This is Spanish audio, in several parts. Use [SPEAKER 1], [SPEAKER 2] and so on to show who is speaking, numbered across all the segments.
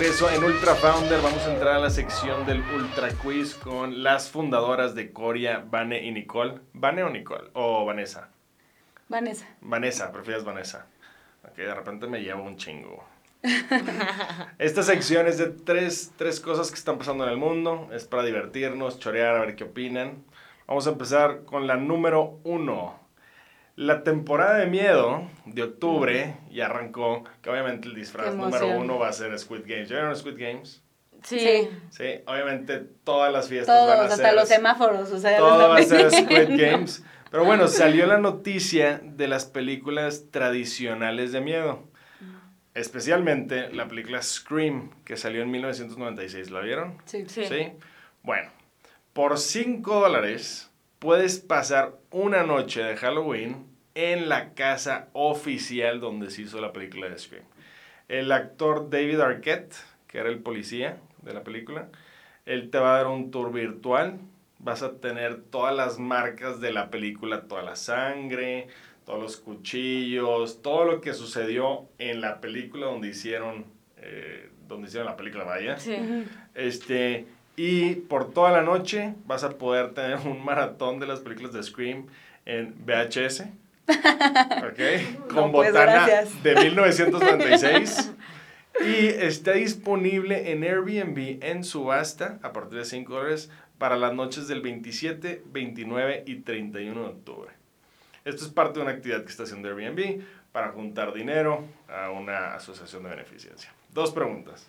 [SPEAKER 1] este Ultra Founder, vamos a entrar a la sección del Ultra Quiz con las fundadoras de Coria, Vane y Nicole. ¿Vane o Nicole? ¿O Vanessa?
[SPEAKER 2] Vanessa.
[SPEAKER 1] Vanessa, prefieres Vanessa. Ok, de repente me llevo un chingo. Esta sección es de tres, tres cosas que están pasando en el mundo. Es para divertirnos, chorear, a ver qué opinan. Vamos a empezar con la número uno. La temporada de miedo de octubre ya arrancó, que obviamente el disfraz
[SPEAKER 3] Qué
[SPEAKER 1] número
[SPEAKER 3] emoción.
[SPEAKER 1] uno va a ser Squid Games. ¿Ya vieron Squid Games?
[SPEAKER 3] Sí.
[SPEAKER 2] Sí.
[SPEAKER 1] Sí, obviamente todas las fiestas van a
[SPEAKER 2] Todos,
[SPEAKER 1] ser...
[SPEAKER 2] hasta los semáforos. O sea,
[SPEAKER 1] Todo
[SPEAKER 2] los-
[SPEAKER 1] va a ser Squid Games. Pero bueno, salió la noticia de las películas tradicionales de miedo. Especialmente la película Scream, que salió en 1996. ¿La vieron?
[SPEAKER 2] Sí.
[SPEAKER 3] Sí.
[SPEAKER 1] Bueno, por 5 dólares puedes pasar una noche de Halloween en la casa oficial donde se hizo la película de Scream. El actor David Arquette, que era el policía de la película, él te va a dar un tour virtual. Vas a tener todas las marcas de la película, toda la sangre, todos los cuchillos, todo lo que sucedió en la película donde hicieron, eh, donde hicieron la película, vaya.
[SPEAKER 3] Sí.
[SPEAKER 2] Ujú.
[SPEAKER 1] Este, y por toda la noche vas a poder tener un maratón de las películas de Scream en VHS. ¿Ok? Con
[SPEAKER 2] No, pues,
[SPEAKER 1] botana
[SPEAKER 2] gracias.
[SPEAKER 1] de 1996. Y está disponible en Airbnb en subasta a partir de 5 dólares para las noches del 27, 29 y 31 de octubre. Esto es parte de una actividad que está haciendo Airbnb para juntar dinero a una asociación de beneficencia. Dos preguntas.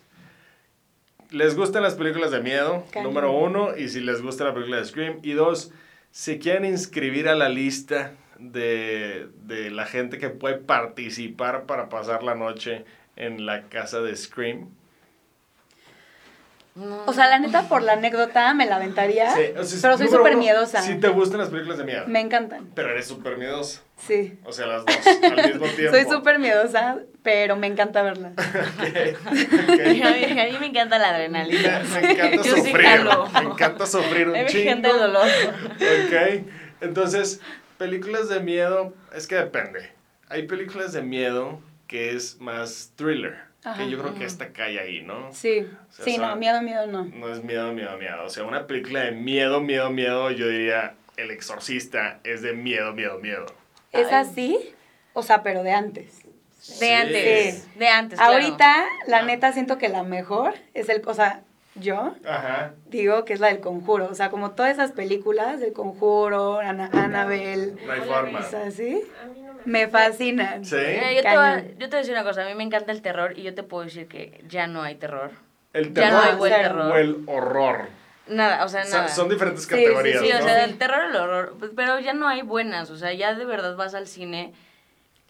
[SPEAKER 1] ¿Les gustan las películas de miedo?
[SPEAKER 2] Cañón.
[SPEAKER 1] Número uno. Y si les gusta la película de Scream. Y dos, si quieren inscribir a la lista de, de la gente que puede participar para pasar la noche en la casa de Scream.
[SPEAKER 3] No.
[SPEAKER 2] O sea, la neta, por la anécdota, me la aventaría.
[SPEAKER 1] Sí, o sea,
[SPEAKER 2] pero soy
[SPEAKER 1] número
[SPEAKER 2] súper
[SPEAKER 1] uno,
[SPEAKER 2] miedosa.
[SPEAKER 1] Si te gustan las películas de miedo.
[SPEAKER 2] Me encantan.
[SPEAKER 1] Pero eres súper miedosa.
[SPEAKER 2] Sí.
[SPEAKER 1] O sea, las dos al mismo tiempo.
[SPEAKER 2] Soy súper miedosa, pero me encanta verla.
[SPEAKER 3] a, mí,
[SPEAKER 1] Ok, ok.
[SPEAKER 3] a mí me encanta la
[SPEAKER 1] Me,
[SPEAKER 3] adrenalina.
[SPEAKER 1] me encanta
[SPEAKER 3] Yo sí
[SPEAKER 1] sufrir.
[SPEAKER 3] jalo.
[SPEAKER 1] me encanta sufrir
[SPEAKER 3] A mí
[SPEAKER 1] un
[SPEAKER 3] me encanta el
[SPEAKER 1] chingo.
[SPEAKER 3] dolor.
[SPEAKER 1] Ok. Entonces, películas de miedo, es que depende. Hay películas de miedo que es más thriller.
[SPEAKER 2] Ajá.
[SPEAKER 1] que yo creo que esta cae ahí, ¿no?
[SPEAKER 2] Sí.
[SPEAKER 1] sea,
[SPEAKER 2] sí, no,
[SPEAKER 1] son-
[SPEAKER 2] miedo, miedo, no.
[SPEAKER 1] No es miedo, miedo, miedo. O sea, una película de miedo, miedo, miedo, yo diría El Exorcista es de miedo, miedo, miedo.
[SPEAKER 2] ¿Es
[SPEAKER 3] Ay.
[SPEAKER 2] así? O sea, pero de antes.
[SPEAKER 3] De antes.
[SPEAKER 2] Sí.
[SPEAKER 3] De antes. claro.
[SPEAKER 2] Ahorita, la
[SPEAKER 1] Claro.
[SPEAKER 2] neta, siento que la mejor es el. O sea, yo
[SPEAKER 1] Ajá.
[SPEAKER 2] digo que es la del conjuro. O sea, como todas esas películas, del conjuro, Ana, Annabelle,
[SPEAKER 1] No hay forma.
[SPEAKER 2] o sea, ¿sí? Me fascinan.
[SPEAKER 1] Sí.
[SPEAKER 3] Mira, yo, te voy a,
[SPEAKER 2] Cañón.
[SPEAKER 3] yo te voy a decir una cosa. A mí me encanta el terror y yo te puedo decir que ya no hay terror.
[SPEAKER 1] El
[SPEAKER 3] Ya no hay
[SPEAKER 1] terror
[SPEAKER 3] buen
[SPEAKER 2] cero.
[SPEAKER 3] terror.
[SPEAKER 1] o el horror.
[SPEAKER 3] Nada, o sea,
[SPEAKER 1] O sea,
[SPEAKER 3] nada.
[SPEAKER 1] son diferentes
[SPEAKER 2] Sí, sí, sí,
[SPEAKER 1] categorías,
[SPEAKER 3] Sí, o
[SPEAKER 1] ¿no?
[SPEAKER 3] sea, el terror, el horror. pues, Pero ya no hay buenas. O sea, ya de verdad vas al cine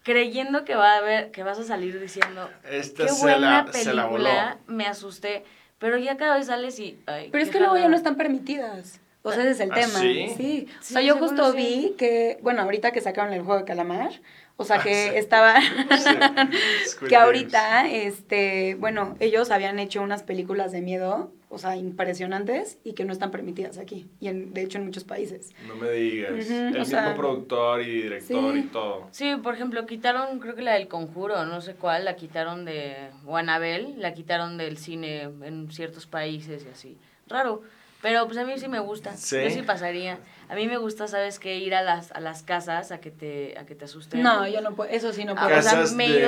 [SPEAKER 3] creyendo que va a haber, que vas a salir diciendo,
[SPEAKER 1] Esta
[SPEAKER 3] qué
[SPEAKER 1] se
[SPEAKER 3] buena
[SPEAKER 1] la, se la voló.
[SPEAKER 3] película, me asusté. Pero ya cada vez sales y. ay,
[SPEAKER 2] Pero es
[SPEAKER 3] qué
[SPEAKER 2] que luego ya
[SPEAKER 3] jalada.
[SPEAKER 2] no están permitidas. O sea, ese es el
[SPEAKER 1] ¿Ah,
[SPEAKER 2] tema.
[SPEAKER 1] sí?
[SPEAKER 2] O sea,
[SPEAKER 3] Sí,
[SPEAKER 2] yo
[SPEAKER 3] según
[SPEAKER 2] justo
[SPEAKER 3] sí.
[SPEAKER 2] vi que, bueno, ahorita que sacaron el juego de calamar, o sea,
[SPEAKER 1] Ah,
[SPEAKER 2] que
[SPEAKER 1] sí.
[SPEAKER 2] estaba,
[SPEAKER 1] Sí. Squid
[SPEAKER 2] que
[SPEAKER 1] Games.
[SPEAKER 2] ahorita, este, bueno, ellos habían hecho unas películas de miedo, o sea, impresionantes y que no están permitidas aquí, y en, de hecho en muchos países.
[SPEAKER 1] No me digas.
[SPEAKER 2] Ujú,
[SPEAKER 1] el
[SPEAKER 2] o
[SPEAKER 1] mismo
[SPEAKER 2] sea,
[SPEAKER 1] productor y director
[SPEAKER 2] sí.
[SPEAKER 1] y todo.
[SPEAKER 3] Sí, por ejemplo, quitaron, creo que la del Conjuro, no sé cuál, la quitaron de Guanabel, la quitaron del cine en ciertos países y así. Raro. Pero pues a mí sí me gusta.
[SPEAKER 1] Sí.
[SPEAKER 3] Yo sí pasaría. A mí me gusta, ¿sabes qué? Ir a las, a las casas a que te, a que te asusten.
[SPEAKER 2] No, yo no puedo, eso sí no
[SPEAKER 3] Ah,
[SPEAKER 2] puedo.
[SPEAKER 3] o sea,
[SPEAKER 1] Casas
[SPEAKER 3] me, he
[SPEAKER 1] de-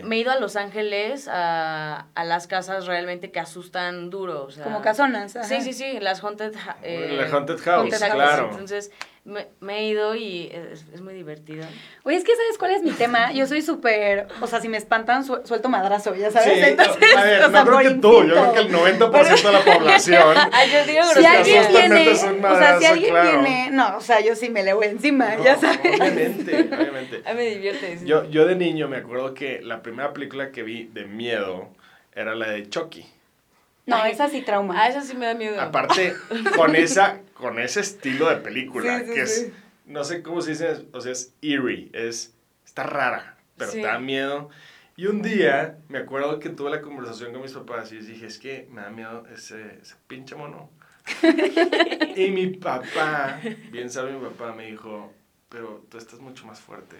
[SPEAKER 3] ido, me he ido a Los Ángeles a, a las casas realmente que asustan duro.
[SPEAKER 1] pues,
[SPEAKER 3] O sea,
[SPEAKER 1] ah.
[SPEAKER 2] Como casonas. ajá.
[SPEAKER 3] Sí, sí, sí, las Haunted, ha- eh,
[SPEAKER 1] La Haunted House,
[SPEAKER 3] Exacto,
[SPEAKER 1] claro.
[SPEAKER 3] sí. Entonces me, me he ido y es, es muy divertido.
[SPEAKER 2] Oye, es que ¿sabes cuál es mi tema? Yo soy súper, o sea, si me espantan, su- suelto madrazo, ya sabes.
[SPEAKER 1] Sí,
[SPEAKER 2] Entonces,
[SPEAKER 1] a ver,
[SPEAKER 2] o sea,
[SPEAKER 1] no creo
[SPEAKER 2] por
[SPEAKER 1] que tú, yo creo
[SPEAKER 2] instinto.
[SPEAKER 1] que el 90% de la población.
[SPEAKER 3] Ay, yo digo
[SPEAKER 1] Sí,
[SPEAKER 2] si
[SPEAKER 1] Pero
[SPEAKER 2] alguien
[SPEAKER 1] asustan,
[SPEAKER 2] viene,
[SPEAKER 1] metes un
[SPEAKER 2] o sea, si
[SPEAKER 1] madrazo,
[SPEAKER 2] alguien
[SPEAKER 1] claro.
[SPEAKER 2] viene, no, o sea, yo sí me le voy encima,
[SPEAKER 1] No,
[SPEAKER 2] ya sabes.
[SPEAKER 1] Obviamente, obviamente.
[SPEAKER 3] Ay, me divierte. sí.
[SPEAKER 1] Yo, yo de niño me acuerdo que la primera película que vi de miedo era la de Chucky.
[SPEAKER 2] No,
[SPEAKER 3] Ay.
[SPEAKER 2] esa sí trauma.
[SPEAKER 3] Ah, eso sí me da miedo.
[SPEAKER 1] Aparte, con, esa, con ese estilo de película,
[SPEAKER 2] Sí, sí,
[SPEAKER 1] que es,
[SPEAKER 2] sí.
[SPEAKER 1] no sé cómo se dice, o sea, es eerie, es, está rara, pero
[SPEAKER 3] Sí.
[SPEAKER 1] te da miedo. Y un día, me acuerdo que tuve la conversación con mis papás y les dije, es que me da miedo ese, ese pinche mono. y mi papá, bien sabe mi papá, me dijo, pero tú estás mucho más fuerte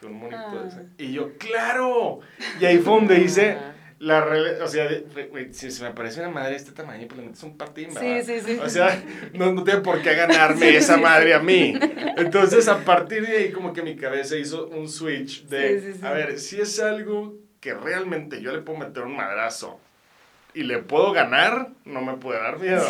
[SPEAKER 1] que un monito.
[SPEAKER 2] Ah.
[SPEAKER 1] ese". Y yo, claro. Y ahí fue donde hice La rele- o sea, de- güey, güey, si se me aparece una madre de este tamaño, pues le metes un patín, ¿verdad?
[SPEAKER 2] Sí, sí, sí.
[SPEAKER 1] O sea, no, no tiene por qué ganarme esa madre a mí. Entonces, a partir de ahí, como que mi cabeza hizo un switch de,
[SPEAKER 2] Sí, sí, sí.
[SPEAKER 1] a ver, si es algo que realmente yo le puedo meter un madrazo y le puedo ganar, no me puede dar miedo.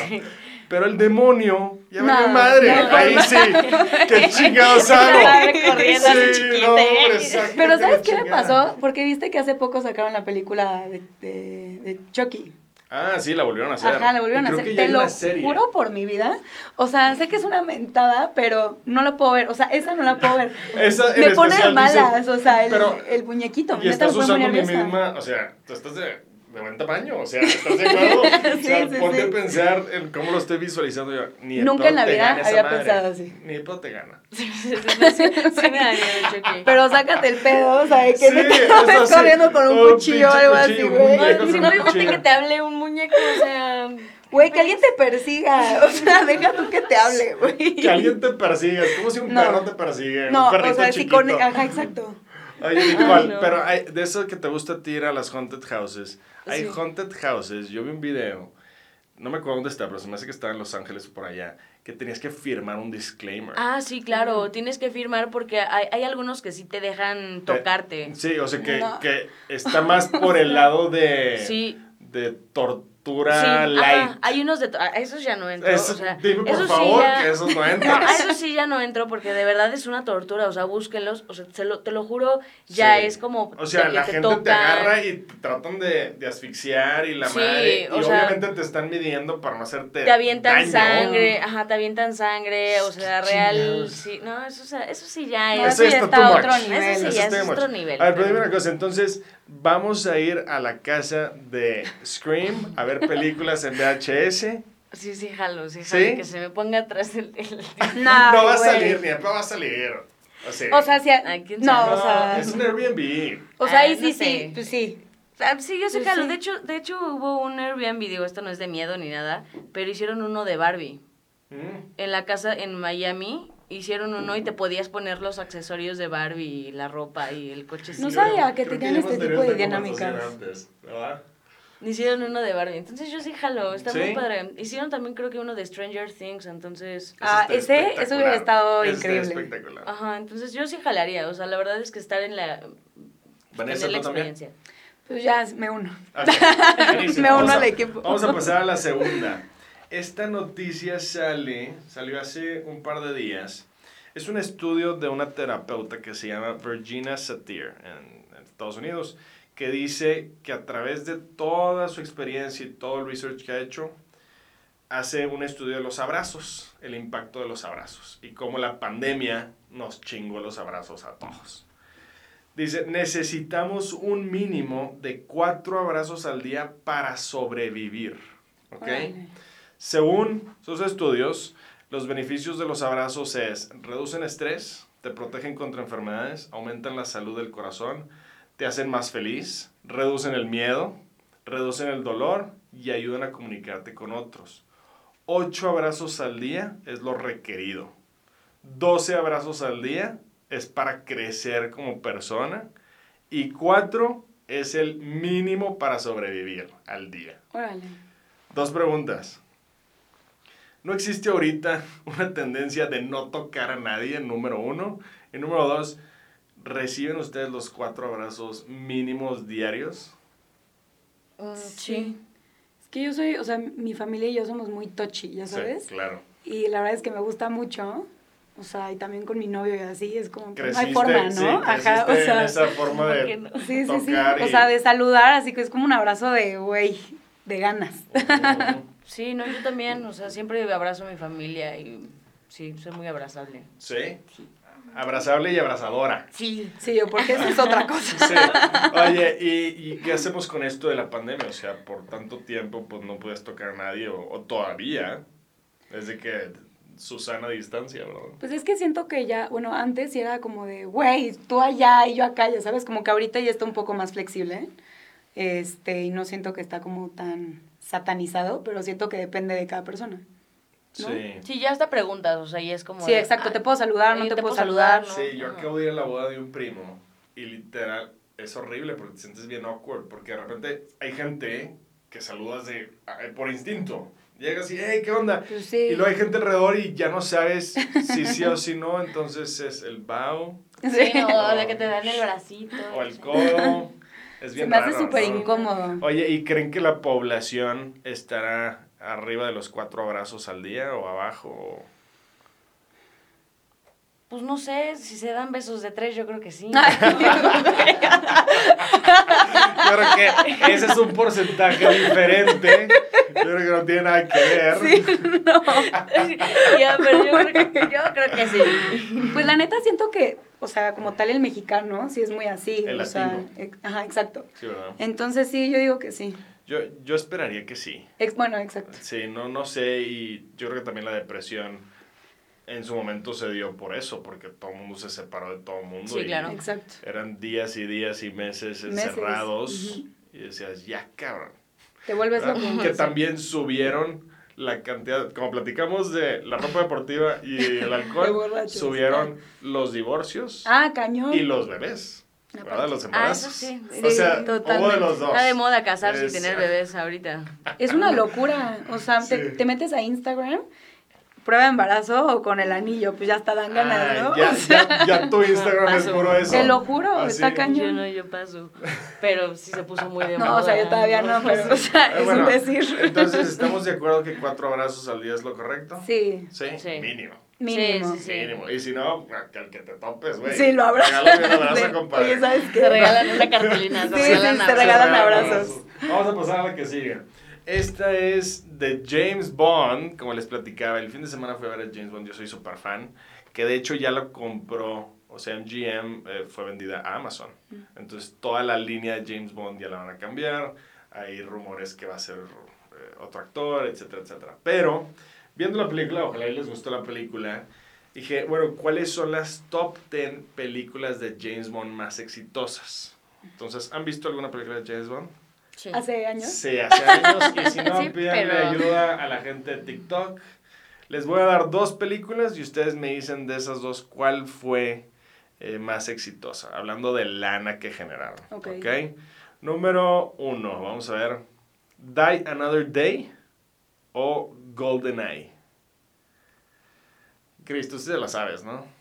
[SPEAKER 1] Pero el demonio, ya me
[SPEAKER 2] No,
[SPEAKER 1] madre,
[SPEAKER 2] no,
[SPEAKER 1] ahí
[SPEAKER 2] no.
[SPEAKER 1] sí, qué chingados hago.
[SPEAKER 3] Estaba recorriendo así
[SPEAKER 1] Sí,
[SPEAKER 3] chiquita.
[SPEAKER 1] no, hombre, sácate
[SPEAKER 2] ¿eh? Pero ¿sabes
[SPEAKER 1] la
[SPEAKER 2] qué me
[SPEAKER 1] chingada.
[SPEAKER 2] pasó? Porque viste que hace poco sacaron la película de, de, de Chucky.
[SPEAKER 1] Ah, sí, la volvieron a hacer.
[SPEAKER 2] Ajá, la volvieron
[SPEAKER 1] Y
[SPEAKER 2] a
[SPEAKER 1] creo
[SPEAKER 2] hacer.
[SPEAKER 1] que ya
[SPEAKER 2] Te
[SPEAKER 1] hay
[SPEAKER 2] lo
[SPEAKER 1] una serie.
[SPEAKER 2] juro por mi vida. O sea, sé que es una mentada, pero no la puedo ver. O sea, esa no la puedo ver.
[SPEAKER 1] Esa en
[SPEAKER 2] me pone de
[SPEAKER 1] especial
[SPEAKER 2] malas.
[SPEAKER 1] dice,
[SPEAKER 2] o sea, el,
[SPEAKER 1] pero-
[SPEAKER 2] el muñequito.
[SPEAKER 1] Y
[SPEAKER 2] neta,
[SPEAKER 1] estás
[SPEAKER 2] me pone
[SPEAKER 1] usando
[SPEAKER 2] muy
[SPEAKER 1] mi
[SPEAKER 2] nerviosa.
[SPEAKER 1] misma, o sea, tú estás de, de buen tamaño, o sea, ¿estás de acuerdo? o sea,
[SPEAKER 2] Sí, sí,
[SPEAKER 1] ponte
[SPEAKER 2] sí.
[SPEAKER 1] a pensar en cómo lo estoy visualizando yo. Ni de
[SPEAKER 2] Nunca
[SPEAKER 1] pedo
[SPEAKER 2] en la
[SPEAKER 1] te
[SPEAKER 2] vida
[SPEAKER 1] gana esa
[SPEAKER 2] había
[SPEAKER 1] madre.
[SPEAKER 2] pensado así.
[SPEAKER 1] Ni de pedo te gana.
[SPEAKER 3] Sí, sí, sí, sí, sí me da miedo el choque.
[SPEAKER 2] Pero sácate el pedo, o sea, de que
[SPEAKER 1] Sí,
[SPEAKER 2] no te
[SPEAKER 1] eso
[SPEAKER 2] vas
[SPEAKER 1] sí.
[SPEAKER 2] corriendo con un
[SPEAKER 1] Un
[SPEAKER 2] cuchillo o
[SPEAKER 1] pinche
[SPEAKER 2] algo así,
[SPEAKER 1] cuchillo, un muñeco
[SPEAKER 2] güey.
[SPEAKER 1] con
[SPEAKER 3] si
[SPEAKER 1] una
[SPEAKER 3] no, imagínate
[SPEAKER 1] cuchilla.
[SPEAKER 3] que te hable un muñeco, o sea...
[SPEAKER 2] Güey, que alguien te persiga. O sea, deja tú que te hable, güey.
[SPEAKER 1] Que alguien te persiga, es como si un
[SPEAKER 2] No.
[SPEAKER 1] perro te persigue,
[SPEAKER 2] No,
[SPEAKER 1] un
[SPEAKER 2] o
[SPEAKER 1] perrito
[SPEAKER 2] sea, si
[SPEAKER 1] chiquito.
[SPEAKER 2] con... e- ah. Ajá, exacto.
[SPEAKER 1] Oye, Nicole,
[SPEAKER 3] no.
[SPEAKER 1] pero hay- de eso que te gusta tirar a las haunted houses, hay
[SPEAKER 3] Sí.
[SPEAKER 1] haunted houses, yo vi un video, no me acuerdo dónde está, pero se me hace que estaba en Los Ángeles o por allá, que tenías que firmar un disclaimer.
[SPEAKER 3] Ah, sí, claro, tienes que firmar porque hay, hay algunos que sí te dejan
[SPEAKER 1] Te-
[SPEAKER 3] tocarte.
[SPEAKER 1] Eh, Sí, o sea que,
[SPEAKER 2] No.
[SPEAKER 1] que está más por el lado de,
[SPEAKER 3] Sí.
[SPEAKER 1] de
[SPEAKER 3] Sí,
[SPEAKER 1] tortura
[SPEAKER 3] ajá,
[SPEAKER 1] light.
[SPEAKER 3] hay unos de... to- a esos ya no entro,
[SPEAKER 1] Eso-
[SPEAKER 3] o sea,
[SPEAKER 1] dime por
[SPEAKER 3] esos sí
[SPEAKER 1] favor
[SPEAKER 3] ya-
[SPEAKER 1] que esos no
[SPEAKER 3] No,
[SPEAKER 1] entran.
[SPEAKER 3] a eso sí ya no entro porque de verdad es una tortura, o sea, búsquenlos, o sea, se lo- te lo juro, ya
[SPEAKER 1] Sí.
[SPEAKER 3] es como...
[SPEAKER 1] O sea,
[SPEAKER 3] de que
[SPEAKER 1] la gente te
[SPEAKER 3] tocan.
[SPEAKER 1] agarra y te tratan de, de asfixiar y la
[SPEAKER 3] Sí,
[SPEAKER 1] madre. Y
[SPEAKER 3] o sea,
[SPEAKER 1] obviamente te están midiendo para no hacerte.
[SPEAKER 3] Te avientan
[SPEAKER 1] daño.
[SPEAKER 3] sangre, ajá, te avientan sangre, o
[SPEAKER 1] Qué
[SPEAKER 3] sea, real,
[SPEAKER 1] chingados.
[SPEAKER 3] sí, no, eso, o sea, eso sí ya
[SPEAKER 2] No,
[SPEAKER 3] es,
[SPEAKER 2] eso ya está
[SPEAKER 3] a
[SPEAKER 2] too
[SPEAKER 3] otro
[SPEAKER 2] much.
[SPEAKER 3] nivel, eso
[SPEAKER 2] Eso
[SPEAKER 1] está
[SPEAKER 3] sí ya es
[SPEAKER 1] too much.
[SPEAKER 3] otro nivel.
[SPEAKER 1] A ver, pero
[SPEAKER 3] pero-
[SPEAKER 1] dime una cosa. Entonces, vamos a ir a la casa de Scream a ver películas en VHS.
[SPEAKER 3] Sí, sí, jalo, sí,
[SPEAKER 1] ¿Sí?
[SPEAKER 3] jalo, que se me ponga atrás el... el-
[SPEAKER 2] Nah,
[SPEAKER 1] no va a
[SPEAKER 2] güey.
[SPEAKER 1] salir, ni a va a salir. O sea,
[SPEAKER 2] O sea, si...
[SPEAKER 3] Ay, quién
[SPEAKER 2] No,
[SPEAKER 3] sabe.
[SPEAKER 2] o sea...
[SPEAKER 1] es un Airbnb.
[SPEAKER 2] O sea,
[SPEAKER 3] Ah,
[SPEAKER 2] ahí
[SPEAKER 3] no
[SPEAKER 2] sí,
[SPEAKER 3] sé.
[SPEAKER 2] sí, pues sí.
[SPEAKER 3] Ah, Sí, yo sé
[SPEAKER 2] Pues
[SPEAKER 3] jalo,
[SPEAKER 2] sí.
[SPEAKER 3] de hecho, de hecho hubo un Airbnb, digo, esto no es de miedo ni nada, pero hicieron uno de Barbie.
[SPEAKER 1] Mm.
[SPEAKER 3] En la casa en Miami hicieron uno y te podías poner los accesorios de Barbie, y la ropa y el cochecito.
[SPEAKER 2] No sabía que
[SPEAKER 1] Creo
[SPEAKER 2] tenían
[SPEAKER 1] ya
[SPEAKER 2] este
[SPEAKER 1] hemos
[SPEAKER 2] tipo
[SPEAKER 1] tenido
[SPEAKER 2] de
[SPEAKER 1] esta conversación
[SPEAKER 2] dinámicas.
[SPEAKER 1] antes, ¿verdad?
[SPEAKER 3] Hicieron uno de Barbie. Entonces yo sí jalo, está
[SPEAKER 1] ¿Sí?
[SPEAKER 3] muy padre. Hicieron también creo que uno de Stranger Things, entonces...
[SPEAKER 2] Ah,
[SPEAKER 1] Eso está
[SPEAKER 2] ese- eso
[SPEAKER 1] espectacular.
[SPEAKER 2] hubiera estado
[SPEAKER 1] Eso está
[SPEAKER 2] increíble. Ah,
[SPEAKER 1] espectacular.
[SPEAKER 3] Ajá, entonces yo sí jalaría, o sea, la verdad es que estar en la...
[SPEAKER 1] Vanessa,
[SPEAKER 3] tener la
[SPEAKER 1] ¿tú también?
[SPEAKER 3] experiencia.
[SPEAKER 2] Pues ya me uno.
[SPEAKER 1] Ok, buenísimo.
[SPEAKER 2] Me uno
[SPEAKER 1] Vamos a-
[SPEAKER 2] al equipo.
[SPEAKER 1] Vamos a pasar a la segunda. Esta noticia sale, salió hace un par de días. Es un estudio de una terapeuta que se llama Virginia Satir en, en Estados Unidos, que dice que a través de toda su experiencia y todo el research que ha hecho, hace un estudio de los abrazos, el impacto de los abrazos y cómo la pandemia nos chingó los abrazos a todos. Dice, necesitamos un mínimo de cuatro abrazos al día para sobrevivir. ¿Ok?
[SPEAKER 2] Órale.
[SPEAKER 1] Según sus estudios, los beneficios de los abrazos es reducen estrés, te protegen contra enfermedades, aumentan la salud del corazón, te hacen más feliz, reducen el miedo, reducen el dolor y ayudan a comunicarte con otros. Ocho abrazos al día es lo requerido. 12 abrazos al día es para crecer como persona y cuatro es el mínimo para sobrevivir al día.
[SPEAKER 2] Órale.
[SPEAKER 1] Dos preguntas. ¿No existe ahorita una tendencia de no tocar a nadie, número uno? Y número dos, ¿reciben ustedes los cuatro abrazos mínimos diarios?
[SPEAKER 3] Mm,
[SPEAKER 2] Sí.
[SPEAKER 3] sí.
[SPEAKER 2] Es que yo soy, o sea, mi familia y yo somos muy touchy, ya sabes.
[SPEAKER 1] Sí, claro.
[SPEAKER 2] Y la verdad es que me gusta mucho. O sea, y también con mi novio y así, es como que no
[SPEAKER 1] Creciste,
[SPEAKER 2] hay forma, ¿no?
[SPEAKER 1] sí,
[SPEAKER 2] Ajá, o
[SPEAKER 1] creciste en
[SPEAKER 2] sea.
[SPEAKER 1] esa forma
[SPEAKER 3] ¿Por qué
[SPEAKER 1] de...
[SPEAKER 3] no?
[SPEAKER 2] Sí, sí, sí.
[SPEAKER 1] tocar
[SPEAKER 2] O
[SPEAKER 1] y-
[SPEAKER 2] sea, de saludar, así que es como un abrazo de, güey, de ganas.
[SPEAKER 1] Ujú.
[SPEAKER 3] Sí, no, yo también, o sea, siempre abrazo a mi familia y sí, soy muy abrazable.
[SPEAKER 1] Sí. Abrazable y abrazadora.
[SPEAKER 3] Sí.
[SPEAKER 2] Sí, yo, porque eso es otra cosa.
[SPEAKER 1] Sí. Oye, ¿y, y qué hacemos con esto de la pandemia? O sea, por tanto tiempo, pues no puedes tocar a nadie, o, o todavía, desde que Susana a distancia, ¿verdad?
[SPEAKER 2] Pues es que siento que ya, bueno, antes sí era como de, güey, tú allá y yo acá, ya sabes, como que ahorita ya está un poco más flexible. Este, y no siento que está como tan satanizado, pero siento que depende de cada persona. ¿No?
[SPEAKER 1] Sí.
[SPEAKER 3] Sí, ya hasta preguntas, o sea, y es como...
[SPEAKER 2] Sí,
[SPEAKER 3] de,
[SPEAKER 2] exacto,
[SPEAKER 3] ah,
[SPEAKER 2] te puedo saludar, no
[SPEAKER 3] oye,
[SPEAKER 2] te, puedo saludar.
[SPEAKER 3] ¿no?
[SPEAKER 1] Sí, yo acabo de ir a la boda de un primo y literal es horrible porque te sientes bien awkward, porque de repente hay gente que saludas de, a- eh, por instinto. Llegas y, hey, ¿qué onda?
[SPEAKER 3] Pues sí.
[SPEAKER 1] Y luego hay gente alrededor y ya no sabes si sí o si no, entonces es el bow
[SPEAKER 3] Sí,
[SPEAKER 2] Sí.
[SPEAKER 3] no, de que te dan el bracito.
[SPEAKER 1] o el codo. Es
[SPEAKER 2] Se
[SPEAKER 1] bien
[SPEAKER 2] me hace
[SPEAKER 1] raro,
[SPEAKER 2] súper
[SPEAKER 1] ¿no?
[SPEAKER 2] incómodo.
[SPEAKER 1] Oye, ¿y creen que la población estará arriba de los cuatro abrazos al día o abajo?
[SPEAKER 3] Pues no sé, si se dan besos de tres, yo creo que sí.
[SPEAKER 1] Yo creo que ese es un porcentaje diferente. Yo creo que no tiene nada que ver.
[SPEAKER 2] no.
[SPEAKER 3] Ya, pero yo creo que, yo creo que sí.
[SPEAKER 2] Pues la neta siento que, o sea, como tal el mexicano, sí es muy así.
[SPEAKER 1] El
[SPEAKER 2] o sea,
[SPEAKER 1] latino.
[SPEAKER 2] ex- ajá, exacto.
[SPEAKER 1] Sí, ¿verdad?
[SPEAKER 2] Entonces sí, yo digo que sí.
[SPEAKER 1] Yo, yo esperaría que sí.
[SPEAKER 2] Ex- bueno, exacto.
[SPEAKER 1] Sí, no, no sé. Y yo creo que también la depresión en su momento se dio por eso, porque todo el mundo se separó de todo el mundo.
[SPEAKER 3] Sí,
[SPEAKER 1] y
[SPEAKER 3] claro.
[SPEAKER 2] Exacto.
[SPEAKER 1] Eran días y días y meses
[SPEAKER 2] Meses,
[SPEAKER 1] encerrados.
[SPEAKER 2] ujú.
[SPEAKER 1] Y decías, ya cabrón.
[SPEAKER 2] Te vuelves
[SPEAKER 1] ¿verdad?
[SPEAKER 2] loco.
[SPEAKER 1] Ah, Que también subieron la cantidad, como platicamos de la ropa deportiva y el
[SPEAKER 2] De
[SPEAKER 1] alcohol,
[SPEAKER 2] borrachos.
[SPEAKER 1] subieron los divorcios
[SPEAKER 2] Ah, cañón.
[SPEAKER 1] y los bebés. ¿Verdad?
[SPEAKER 2] Aparte.
[SPEAKER 1] Los
[SPEAKER 3] Ah, eso
[SPEAKER 1] embarazos.
[SPEAKER 3] sí.
[SPEAKER 1] O sea, hubo de
[SPEAKER 2] totalmente.
[SPEAKER 1] los dos.
[SPEAKER 3] Está de moda casarse
[SPEAKER 1] Es-
[SPEAKER 3] y tener bebés ahorita.
[SPEAKER 2] Es una locura. O sea, te,
[SPEAKER 1] Sí.
[SPEAKER 2] te metes a Instagram, prueba de embarazo o con el anillo, pues ya está dan ganas,
[SPEAKER 1] Ay,
[SPEAKER 2] ¿no?
[SPEAKER 1] Ah, ya,
[SPEAKER 2] O sea,
[SPEAKER 1] ya- ya tu Instagram es
[SPEAKER 3] Paso.
[SPEAKER 1] puro eso. Ah,
[SPEAKER 2] Te lo juro, está cañón.
[SPEAKER 3] Yo no, yo paso. Pero sí se puso muy de moda.
[SPEAKER 2] no, o sea, yo todavía no, pero, o sea,
[SPEAKER 1] Eh,
[SPEAKER 2] es
[SPEAKER 1] bueno,
[SPEAKER 2] un decir.
[SPEAKER 1] Entonces, ¿estamos de acuerdo que cuatro abrazos al día es lo correcto?
[SPEAKER 2] Sí,
[SPEAKER 1] Sí,
[SPEAKER 3] Sí.
[SPEAKER 1] mínimo.
[SPEAKER 2] mínimo.
[SPEAKER 3] Sí, sí, sí.
[SPEAKER 1] Mínimo. Y si no, al que te topes, güey.
[SPEAKER 2] Sí, lo abrazas.
[SPEAKER 1] Regálame un abrazo,
[SPEAKER 2] Sí.
[SPEAKER 1] compadre.
[SPEAKER 2] Oye, ¿sabes qué?
[SPEAKER 3] Te regalan una cartulina.
[SPEAKER 2] Sí,
[SPEAKER 3] te regalan
[SPEAKER 2] sí, te
[SPEAKER 3] abrazos.
[SPEAKER 2] regalan
[SPEAKER 1] Se
[SPEAKER 2] abrazos.
[SPEAKER 1] Vamos a pasar a la que sigue. Esta es de James Bond, como les platicaba. El fin de semana fui a ver a James Bond, yo soy súper fan. Que de hecho ya lo compró, o sea, MGM eh, fue vendida a Amazon.
[SPEAKER 2] Mm.
[SPEAKER 1] Entonces toda la línea de James Bond ya la van a cambiar. Hay rumores que va a ser eh, otro actor, etcétera, etcétera. Pero viendo la película, ojalá y les gustó la película. Dije, bueno, ¿cuáles son las top 10 películas de James Bond más exitosas? Entonces, ¿han visto alguna película de James Bond?
[SPEAKER 3] Sí.
[SPEAKER 2] ¿Hace años?
[SPEAKER 1] Sí, hace años. Y si no,
[SPEAKER 3] Sí,
[SPEAKER 1] pídanle
[SPEAKER 3] pero-
[SPEAKER 1] ayuda a la gente de TikTok. Les voy a dar dos películas y ustedes me dicen de esas dos cuál fue eh, más exitosa. Hablando de lana que generaron.
[SPEAKER 2] Ok.
[SPEAKER 1] ¿ok? Número uno, vamos a ver. Die Another Day o GoldenEye. Cristo, sí se la sabes, ¿no?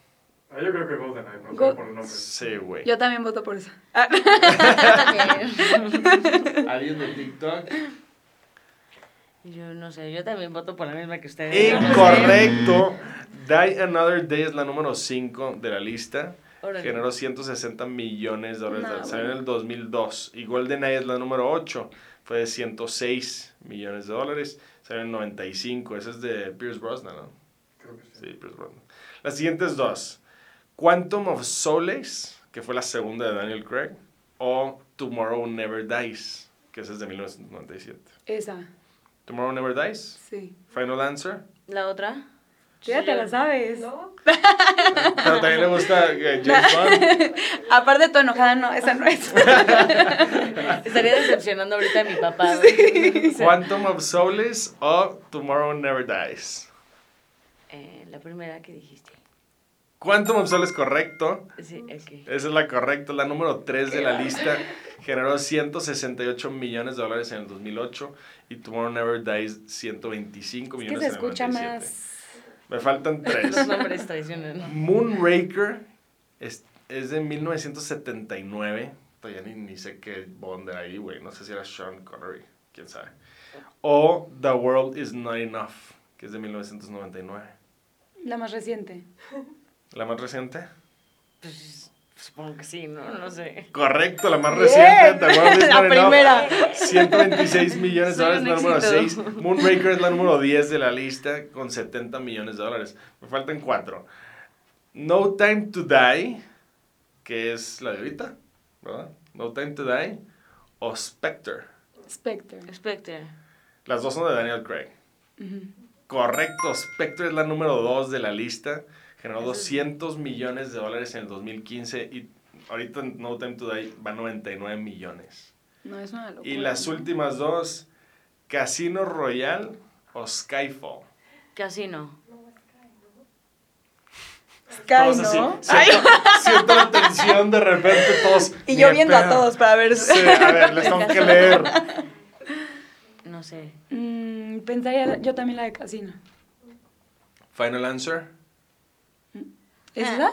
[SPEAKER 4] Ah, yo creo que GoldenEye, no
[SPEAKER 2] Go-
[SPEAKER 4] sé por el nombre.
[SPEAKER 1] Sí, güey.
[SPEAKER 2] Yo también voto por eso.
[SPEAKER 1] ¿Alguien de TikTok?
[SPEAKER 3] Yo no sé, yo también voto por la misma que ustedes.
[SPEAKER 1] Incorrecto. Die Another Day es la número 5 de la lista.
[SPEAKER 3] Órale.
[SPEAKER 1] Generó 160 millones de dólares.
[SPEAKER 2] No,
[SPEAKER 1] Salió en
[SPEAKER 2] bueno.
[SPEAKER 1] el 2002. Y GoldenEye es la número 8. Fue de 106 millones de dólares. Salió en 95. Esa es de Pierce Brosnan, ¿no?
[SPEAKER 4] Creo que sí.
[SPEAKER 1] Sí, Pierce Brosnan. Las siguientes dos. Quantum of Solace, que fue la segunda de Daniel Craig. O Tomorrow Never Dies, que esa es de 1997.
[SPEAKER 2] Esa,
[SPEAKER 1] Tomorrow Never Dies.
[SPEAKER 2] sí.
[SPEAKER 1] Final answer.
[SPEAKER 3] ¿La otra?
[SPEAKER 2] Tú ya te la sabes.
[SPEAKER 1] Pero también le gusta eh, James Bond.
[SPEAKER 2] Aparte, tu enojada, no, esa no es.
[SPEAKER 3] Estaría decepcionando ahorita a mi papá.
[SPEAKER 1] Quantum of Solace o Tomorrow Never Dies.
[SPEAKER 3] Eh, la primera que dijiste.
[SPEAKER 1] Quantum of Solace correcto.
[SPEAKER 3] Sí, ok.
[SPEAKER 1] Esa es la correcta, la número 3 de la lista. Generó 168 millones de dólares en el 2008 y Tomorrow Never Dies 125
[SPEAKER 2] Es que
[SPEAKER 1] millones
[SPEAKER 2] se
[SPEAKER 1] en el
[SPEAKER 2] escucha
[SPEAKER 1] 97.
[SPEAKER 2] más.
[SPEAKER 1] Me faltan
[SPEAKER 3] Los
[SPEAKER 1] 3.
[SPEAKER 3] nombres traicionan.
[SPEAKER 1] Moonraker es, es de 1979. Todavía ni, ni sé qué Bond era ahí, güey. No sé si era Sean Connery, quién sabe. O The World Is Not Enough, que es de 1999.
[SPEAKER 2] La más reciente.
[SPEAKER 1] ¿La más reciente?
[SPEAKER 3] Pues, supongo que sí, ¿no? No sé.
[SPEAKER 1] Correcto, la más
[SPEAKER 2] Bien.
[SPEAKER 1] reciente. The World Is
[SPEAKER 2] La
[SPEAKER 1] Not Enough.
[SPEAKER 2] primera.
[SPEAKER 1] 126 millones de
[SPEAKER 3] Soy
[SPEAKER 1] dólares,
[SPEAKER 3] un
[SPEAKER 1] la número
[SPEAKER 3] éxito.
[SPEAKER 1] 6. Moonraker es la número 10 de la lista con 70 millones de dólares. Me faltan 4. No Time to Die, que es la de ahorita, ¿verdad? No Time to Die o Spectre.
[SPEAKER 2] Spectre.
[SPEAKER 3] Spectre.
[SPEAKER 1] Las dos son de Daniel Craig. Correcto, Spectre es la número 2 de la lista. Generó
[SPEAKER 3] Eso es-
[SPEAKER 1] 200 millones de dólares en el 2015 y ahorita No Time to Die va a 99 millones.
[SPEAKER 2] No, es una locura.
[SPEAKER 1] Y las últimas dos, Casino Royal o Skyfall.
[SPEAKER 3] Casino.
[SPEAKER 2] cae,
[SPEAKER 1] todos así.
[SPEAKER 2] ¿no?
[SPEAKER 1] Siento, siento la tensión de repente, todos.
[SPEAKER 2] Y yo
[SPEAKER 1] "Ni de
[SPEAKER 2] viendo a
[SPEAKER 1] pedo".
[SPEAKER 2] todos para ver.
[SPEAKER 1] Sí, a ver, les tengo que leer.
[SPEAKER 3] No sé.
[SPEAKER 2] Mm, pensaría yo también la de casino.
[SPEAKER 1] Final answer.
[SPEAKER 2] ¿Es
[SPEAKER 3] Ah.
[SPEAKER 2] esa?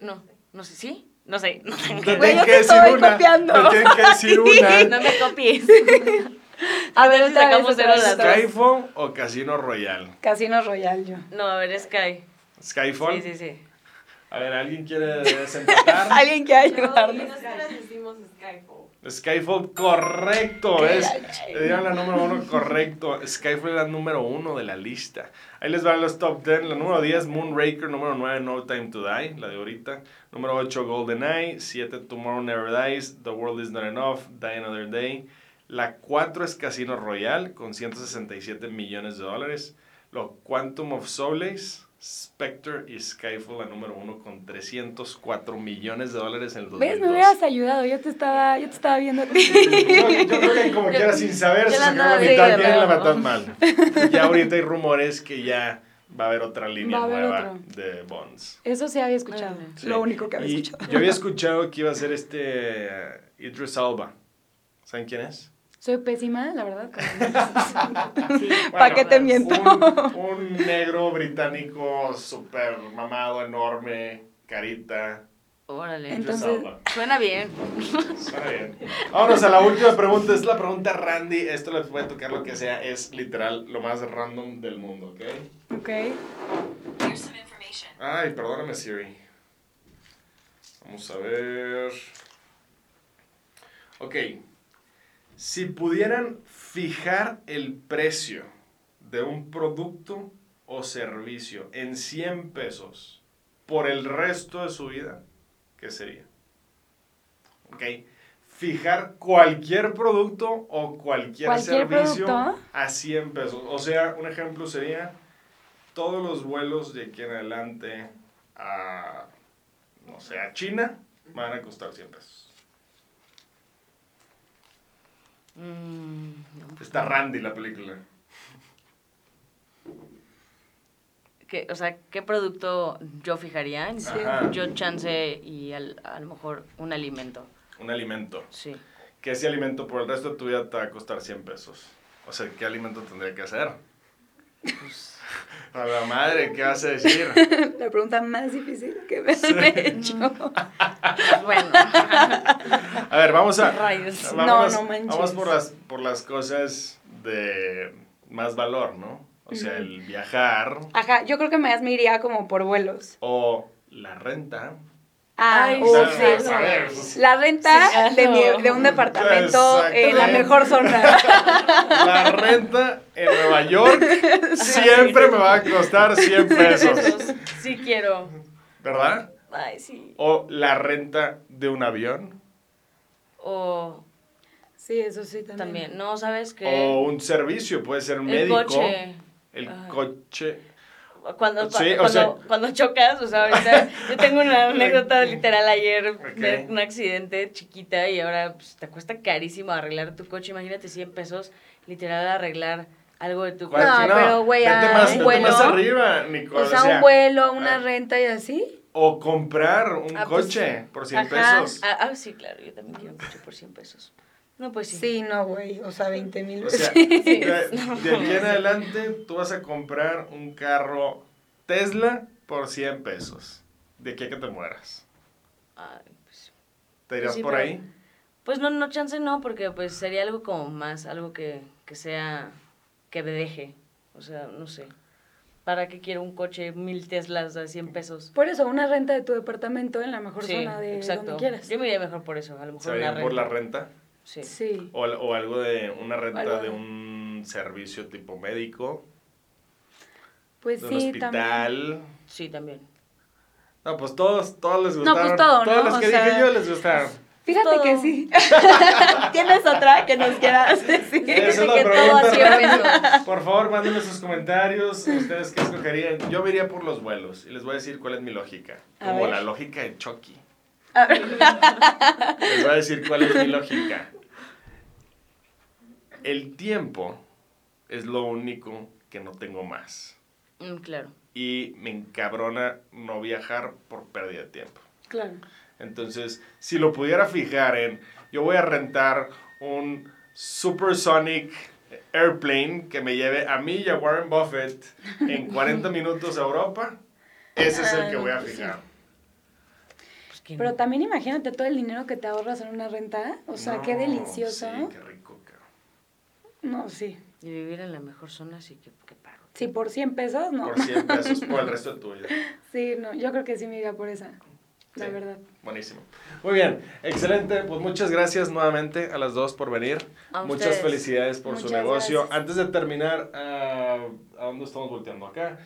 [SPEAKER 3] No, no sé, ¿sí? No sé. No, tengo
[SPEAKER 1] Te
[SPEAKER 2] Güey,
[SPEAKER 1] tienen
[SPEAKER 2] yo
[SPEAKER 1] que
[SPEAKER 2] te
[SPEAKER 1] decir
[SPEAKER 2] estoy
[SPEAKER 1] una.
[SPEAKER 2] copiando.
[SPEAKER 1] Te tienen que decir una.
[SPEAKER 3] no me copies.
[SPEAKER 2] A ver, otra
[SPEAKER 3] ver si
[SPEAKER 2] vez,
[SPEAKER 3] sacamos
[SPEAKER 2] otra
[SPEAKER 3] cero
[SPEAKER 2] vez,
[SPEAKER 3] las
[SPEAKER 2] otra vez.
[SPEAKER 1] ¿Skyfall o Casino Royal?
[SPEAKER 2] Casino Royal, yo.
[SPEAKER 3] No, a ver, Sky.
[SPEAKER 1] ¿Skyfall?
[SPEAKER 3] Sí, sí, sí.
[SPEAKER 1] A ver, ¿alguien quiere desempatar?
[SPEAKER 2] Alguien que ayudarnos.
[SPEAKER 5] nosotras hicimos Skyfall.
[SPEAKER 1] Skyfall, correcto, ¿ves? Le dieron la número uno correcto. Skyfall era la número uno de la lista. Ahí les van los top 10. La número 10, Moonraker. Número 9, No Time to Die, la de ahorita. Número 8, GoldenEye. 7, Tomorrow Never Dies. The World Is Not Enough. Die Another Day. La 4 es Casino Royale, con 167 millones de dólares. Lo Quantum of Solace. Spectre y Skyfall, la número 1 con 304 millones de dólares en el 2002.
[SPEAKER 2] ¿Ves? Me hubieras ayudado. Yo te estaba, yo te estaba viendo a ti.
[SPEAKER 1] Yo, yo creo que como quiera sin saber,
[SPEAKER 3] yo
[SPEAKER 1] se
[SPEAKER 3] la
[SPEAKER 1] sacaron la
[SPEAKER 3] andaba
[SPEAKER 1] mitad
[SPEAKER 3] viendo,
[SPEAKER 1] bien y la mitad
[SPEAKER 3] pero-
[SPEAKER 1] mal. Ya ahorita hay rumores que ya va a haber otra línea
[SPEAKER 2] Va a haber
[SPEAKER 1] nueva
[SPEAKER 2] otro.
[SPEAKER 1] de Bonds.
[SPEAKER 2] Eso sí había escuchado.
[SPEAKER 3] Órale.
[SPEAKER 1] Ah, Sí.
[SPEAKER 2] Lo único que había
[SPEAKER 1] Y
[SPEAKER 2] escuchado.
[SPEAKER 1] Yo había escuchado que iba a ser este eh, Idris Alba. ¿Saben quién es?
[SPEAKER 2] Soy pésima, la verdad.
[SPEAKER 3] sí.
[SPEAKER 2] ¿Para qué te miento?
[SPEAKER 1] Un, un negro británico súper mamado, enorme, carita.
[SPEAKER 3] Órale.
[SPEAKER 1] Idris
[SPEAKER 2] Entonces-
[SPEAKER 1] Alba.
[SPEAKER 3] Suena bien.
[SPEAKER 1] Suena bien. Vámonos a la última pregunta. Es la pregunta Randy. Esto les puede tocar lo que sea. Es literal lo más random del mundo, ¿ok?
[SPEAKER 2] Ok.
[SPEAKER 5] Here's some information.
[SPEAKER 1] Ay, perdóname, Siri. Vamos a ver. Ok. Si pudieran fijar el precio de un producto o servicio en 100 pesos por el resto de su vida, ¿qué sería? Ok. Fijar cualquier producto o cualquier,
[SPEAKER 2] Cualquier
[SPEAKER 1] servicio
[SPEAKER 2] producto.
[SPEAKER 1] a 100 pesos. O sea, un ejemplo sería todos los vuelos de aquí en adelante a, no sé, a China van a costar 100 pesos.
[SPEAKER 3] Mm,
[SPEAKER 1] Está Randy la película.
[SPEAKER 3] ¿qué- o sea, ¿qué producto yo fijaría?
[SPEAKER 1] Ajá.
[SPEAKER 3] Yo chance y al- a lo mejor un alimento.
[SPEAKER 1] Un alimento.
[SPEAKER 3] Sí.
[SPEAKER 1] Que ese alimento por el resto de tu vida te va a costar 100 pesos. O sea, ¿qué alimento tendría que hacer? A la madre, ¿qué vas a decir?
[SPEAKER 2] La pregunta más difícil que me
[SPEAKER 1] Sí.
[SPEAKER 2] han hecho.
[SPEAKER 3] Bueno.
[SPEAKER 1] A ver, vamos a.
[SPEAKER 3] Rayos.
[SPEAKER 2] No,
[SPEAKER 1] vámonos-
[SPEAKER 2] no manches.
[SPEAKER 1] Vamos por las, por las cosas de más valor, ¿no? O sea, el viajar
[SPEAKER 2] Ajá, yo creo que más me iría como por vuelos.
[SPEAKER 1] o la renta.
[SPEAKER 2] Ah,
[SPEAKER 3] Ay,
[SPEAKER 2] o
[SPEAKER 1] O
[SPEAKER 3] sí,
[SPEAKER 1] sea,
[SPEAKER 3] sí.
[SPEAKER 1] a ver, pues,
[SPEAKER 2] La renta
[SPEAKER 3] Sí,
[SPEAKER 2] de,
[SPEAKER 3] claro.
[SPEAKER 2] mi- de un departamento en la
[SPEAKER 1] Exactamente.
[SPEAKER 2] mejor zona.
[SPEAKER 1] La renta en Nueva York siempre me va a costar 100 pesos,
[SPEAKER 3] Besos. Sí quiero.
[SPEAKER 1] ¿verdad?
[SPEAKER 3] Ay, sí.
[SPEAKER 1] O la renta de un avión,
[SPEAKER 3] O
[SPEAKER 2] Sí, eso sí también.
[SPEAKER 3] también, no, ¿sabes qué?
[SPEAKER 1] o un servicio, puede ser un
[SPEAKER 3] el
[SPEAKER 1] médico.
[SPEAKER 3] coche. Ah.
[SPEAKER 1] El
[SPEAKER 3] Ay.
[SPEAKER 1] coche.
[SPEAKER 3] Cuando,
[SPEAKER 1] Sí, o
[SPEAKER 3] cuando,
[SPEAKER 1] sea-
[SPEAKER 3] cuando chocas, o sea, ahorita yo tengo una anécdota literal ayer de
[SPEAKER 1] Ok.
[SPEAKER 3] un accidente chiquita y ahora pues, te cuesta carísimo arreglar tu coche. Imagínate 100 pesos literal arreglar algo de tu
[SPEAKER 1] ¿Cuál?
[SPEAKER 3] coche.
[SPEAKER 1] Sí,
[SPEAKER 2] pero, güey,
[SPEAKER 1] vete
[SPEAKER 2] a
[SPEAKER 1] más,
[SPEAKER 2] un
[SPEAKER 1] vete
[SPEAKER 2] vuelo.
[SPEAKER 1] más arriba, Nicole,
[SPEAKER 2] O sea, un vuelo,
[SPEAKER 1] Ah.
[SPEAKER 2] una renta y así.
[SPEAKER 1] O comprar un
[SPEAKER 3] Ah, pues,
[SPEAKER 1] coche por 100
[SPEAKER 2] ajá.
[SPEAKER 1] pesos.
[SPEAKER 3] Ah, ah, sí, claro, yo también quiero un coche por 100 pesos. No, pues sí.
[SPEAKER 2] Sí, no, güey. O sea, 20 mil.
[SPEAKER 1] O sea,
[SPEAKER 2] Sí.
[SPEAKER 1] de, de aquí en adelante tú vas a comprar un carro Tesla por 100 pesos. De aquí a que te mueras.
[SPEAKER 3] Ay, pues,
[SPEAKER 1] ¿Te irás
[SPEAKER 3] Sí,
[SPEAKER 1] por
[SPEAKER 3] pero-
[SPEAKER 1] ahí?
[SPEAKER 3] pues no, no, chance no, porque pues sería algo como más, algo que, que sea, que me deje. O sea, no sé. ¿Para qué quiero un coche mil Teslas a 100 pesos?
[SPEAKER 2] Por eso, una renta de tu departamento en la mejor
[SPEAKER 3] Sí,
[SPEAKER 2] zona de donde quieras.
[SPEAKER 3] Yo me iría mejor por eso, a lo mejor
[SPEAKER 1] ¿Se va a
[SPEAKER 3] una
[SPEAKER 1] ir por la
[SPEAKER 3] renta.
[SPEAKER 1] renta?
[SPEAKER 3] Sí.
[SPEAKER 2] Sí.
[SPEAKER 1] O, o algo de una renta
[SPEAKER 3] Algo
[SPEAKER 1] de
[SPEAKER 3] de-
[SPEAKER 1] un servicio tipo médico,
[SPEAKER 2] Pues
[SPEAKER 1] de un
[SPEAKER 2] sí, también.
[SPEAKER 1] hospital.
[SPEAKER 3] Sí, también.
[SPEAKER 1] No, pues todos, todos les
[SPEAKER 2] No, pues
[SPEAKER 1] gustaron.
[SPEAKER 2] todo,
[SPEAKER 1] Todos
[SPEAKER 2] ¿no?
[SPEAKER 1] los
[SPEAKER 2] O
[SPEAKER 1] que
[SPEAKER 2] sea-
[SPEAKER 1] dije yo les gustaron.
[SPEAKER 2] Fíjate
[SPEAKER 3] Todo.
[SPEAKER 2] que sí. ¿Tienes otra que nos quieras decir?
[SPEAKER 1] Esa es
[SPEAKER 3] Fíjate
[SPEAKER 1] la
[SPEAKER 3] que todo
[SPEAKER 1] pregunta,
[SPEAKER 3] así empezó.
[SPEAKER 1] Randy. Por favor, mándenme sus comentarios. ¿Ustedes qué escogerían? Yo me iría por los vuelos y les voy a decir cuál es mi lógica.
[SPEAKER 2] A
[SPEAKER 1] Como
[SPEAKER 2] ver.
[SPEAKER 1] la lógica de Chucky.
[SPEAKER 2] A ver.
[SPEAKER 1] Les voy a decir cuál es mi lógica. El tiempo es lo único que no tengo más.
[SPEAKER 3] Mm, claro.
[SPEAKER 1] y me encabrona no viajar pérdida de tiempo.
[SPEAKER 2] Claro.
[SPEAKER 1] Entonces, si lo pudiera fijar en, yo voy a rentar un supersonic airplane que me lleve a mí y a Warren Buffett en 40 minutos a Europa, ese es el que voy a
[SPEAKER 2] Ah,
[SPEAKER 1] fijar.
[SPEAKER 3] Pues, ¿quién?
[SPEAKER 2] Pero también imagínate todo el dinero que te ahorras en una renta. O sea, qué
[SPEAKER 1] No,
[SPEAKER 2] delicioso.
[SPEAKER 1] Sí,
[SPEAKER 2] ¿eh?
[SPEAKER 1] qué rico, cabrón.
[SPEAKER 2] No, sí.
[SPEAKER 3] Y vivir en la mejor zona, sí que, que paro.
[SPEAKER 2] Sí, por 100 pesos, no.
[SPEAKER 1] Por 100 pesos, por el resto de tu vida.
[SPEAKER 2] Sí, no, yo creo que sí me iría por esa. La
[SPEAKER 1] Sí.
[SPEAKER 2] verdad.
[SPEAKER 1] Buenísimo. Muy bien, excelente. Pues muchas gracias nuevamente a las dos por venir.
[SPEAKER 3] A
[SPEAKER 1] muchas
[SPEAKER 3] ustedes.
[SPEAKER 1] felicidades por su
[SPEAKER 2] Muchas
[SPEAKER 1] negocio.
[SPEAKER 2] gracias.
[SPEAKER 1] Antes de terminar, ah, ¿a dónde estamos volteando acá?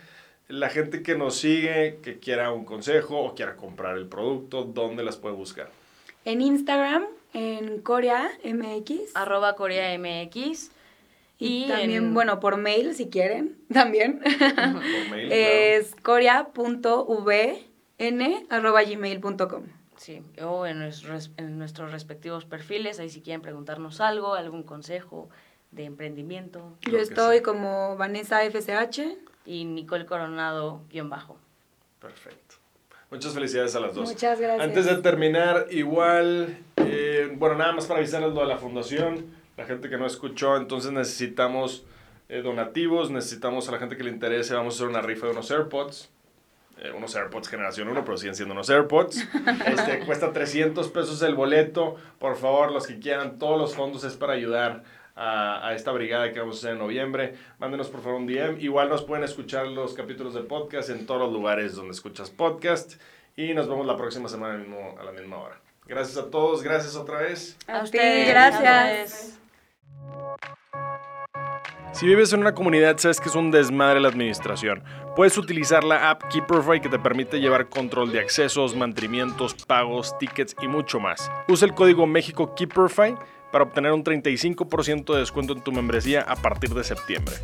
[SPEAKER 1] La gente que nos sigue, que quiera un consejo o quiera comprar el producto, ¿dónde las puede buscar?
[SPEAKER 2] En Instagram, en Corea MX.
[SPEAKER 3] Arroba Corea MX.
[SPEAKER 2] y
[SPEAKER 3] Y,
[SPEAKER 2] también,
[SPEAKER 3] en-
[SPEAKER 2] bueno, por mail si quieren, también.
[SPEAKER 1] Por mail, claro.
[SPEAKER 2] es corea.vn.gmail.com.
[SPEAKER 3] Sí, o en, nuestros- en nuestros respectivos perfiles, ahí si quieren preguntarnos algo, algún consejo de emprendimiento.
[SPEAKER 1] Lo
[SPEAKER 2] Yo
[SPEAKER 1] que
[SPEAKER 2] estoy
[SPEAKER 1] sea.
[SPEAKER 2] como Vanessa FSH.
[SPEAKER 3] Y Nicole Coronado, guión bajo.
[SPEAKER 1] Perfecto. Muchas felicidades a las dos.
[SPEAKER 2] Muchas gracias.
[SPEAKER 1] Antes de terminar, igual, eh, bueno, nada más para avisarles lo de la fundación, la gente que no escuchó, entonces necesitamos eh, donativos, necesitamos a la gente que le interese, vamos a hacer una rifa de unos AirPods. eh, unos AirPods generación 1, pero siguen siendo unos AirPods. Este, cuesta 300 pesos el boleto. Por favor, los que quieran, todos los fondos es para ayudar a, a esta brigada que vamos a hacer en noviembre. Mándenos por favor un DM. Igual nos pueden escuchar los capítulos de podcast en todos los lugares donde escuchas podcast. Y nos vemos la próxima semana al mismo- a la misma hora. Gracias a todos, gracias otra vez.
[SPEAKER 2] A, ti,
[SPEAKER 3] ustedes,
[SPEAKER 2] gracias.
[SPEAKER 3] ustedes.
[SPEAKER 1] Si vives en una comunidad, sabes que es un desmadre la administración. Puedes utilizar la app Keeperfy que te permite llevar control de accesos, mantenimientos, pagos, tickets y mucho más. Usa el código México Keeperfy para obtener un 35% de descuento en tu membresía a partir de septiembre.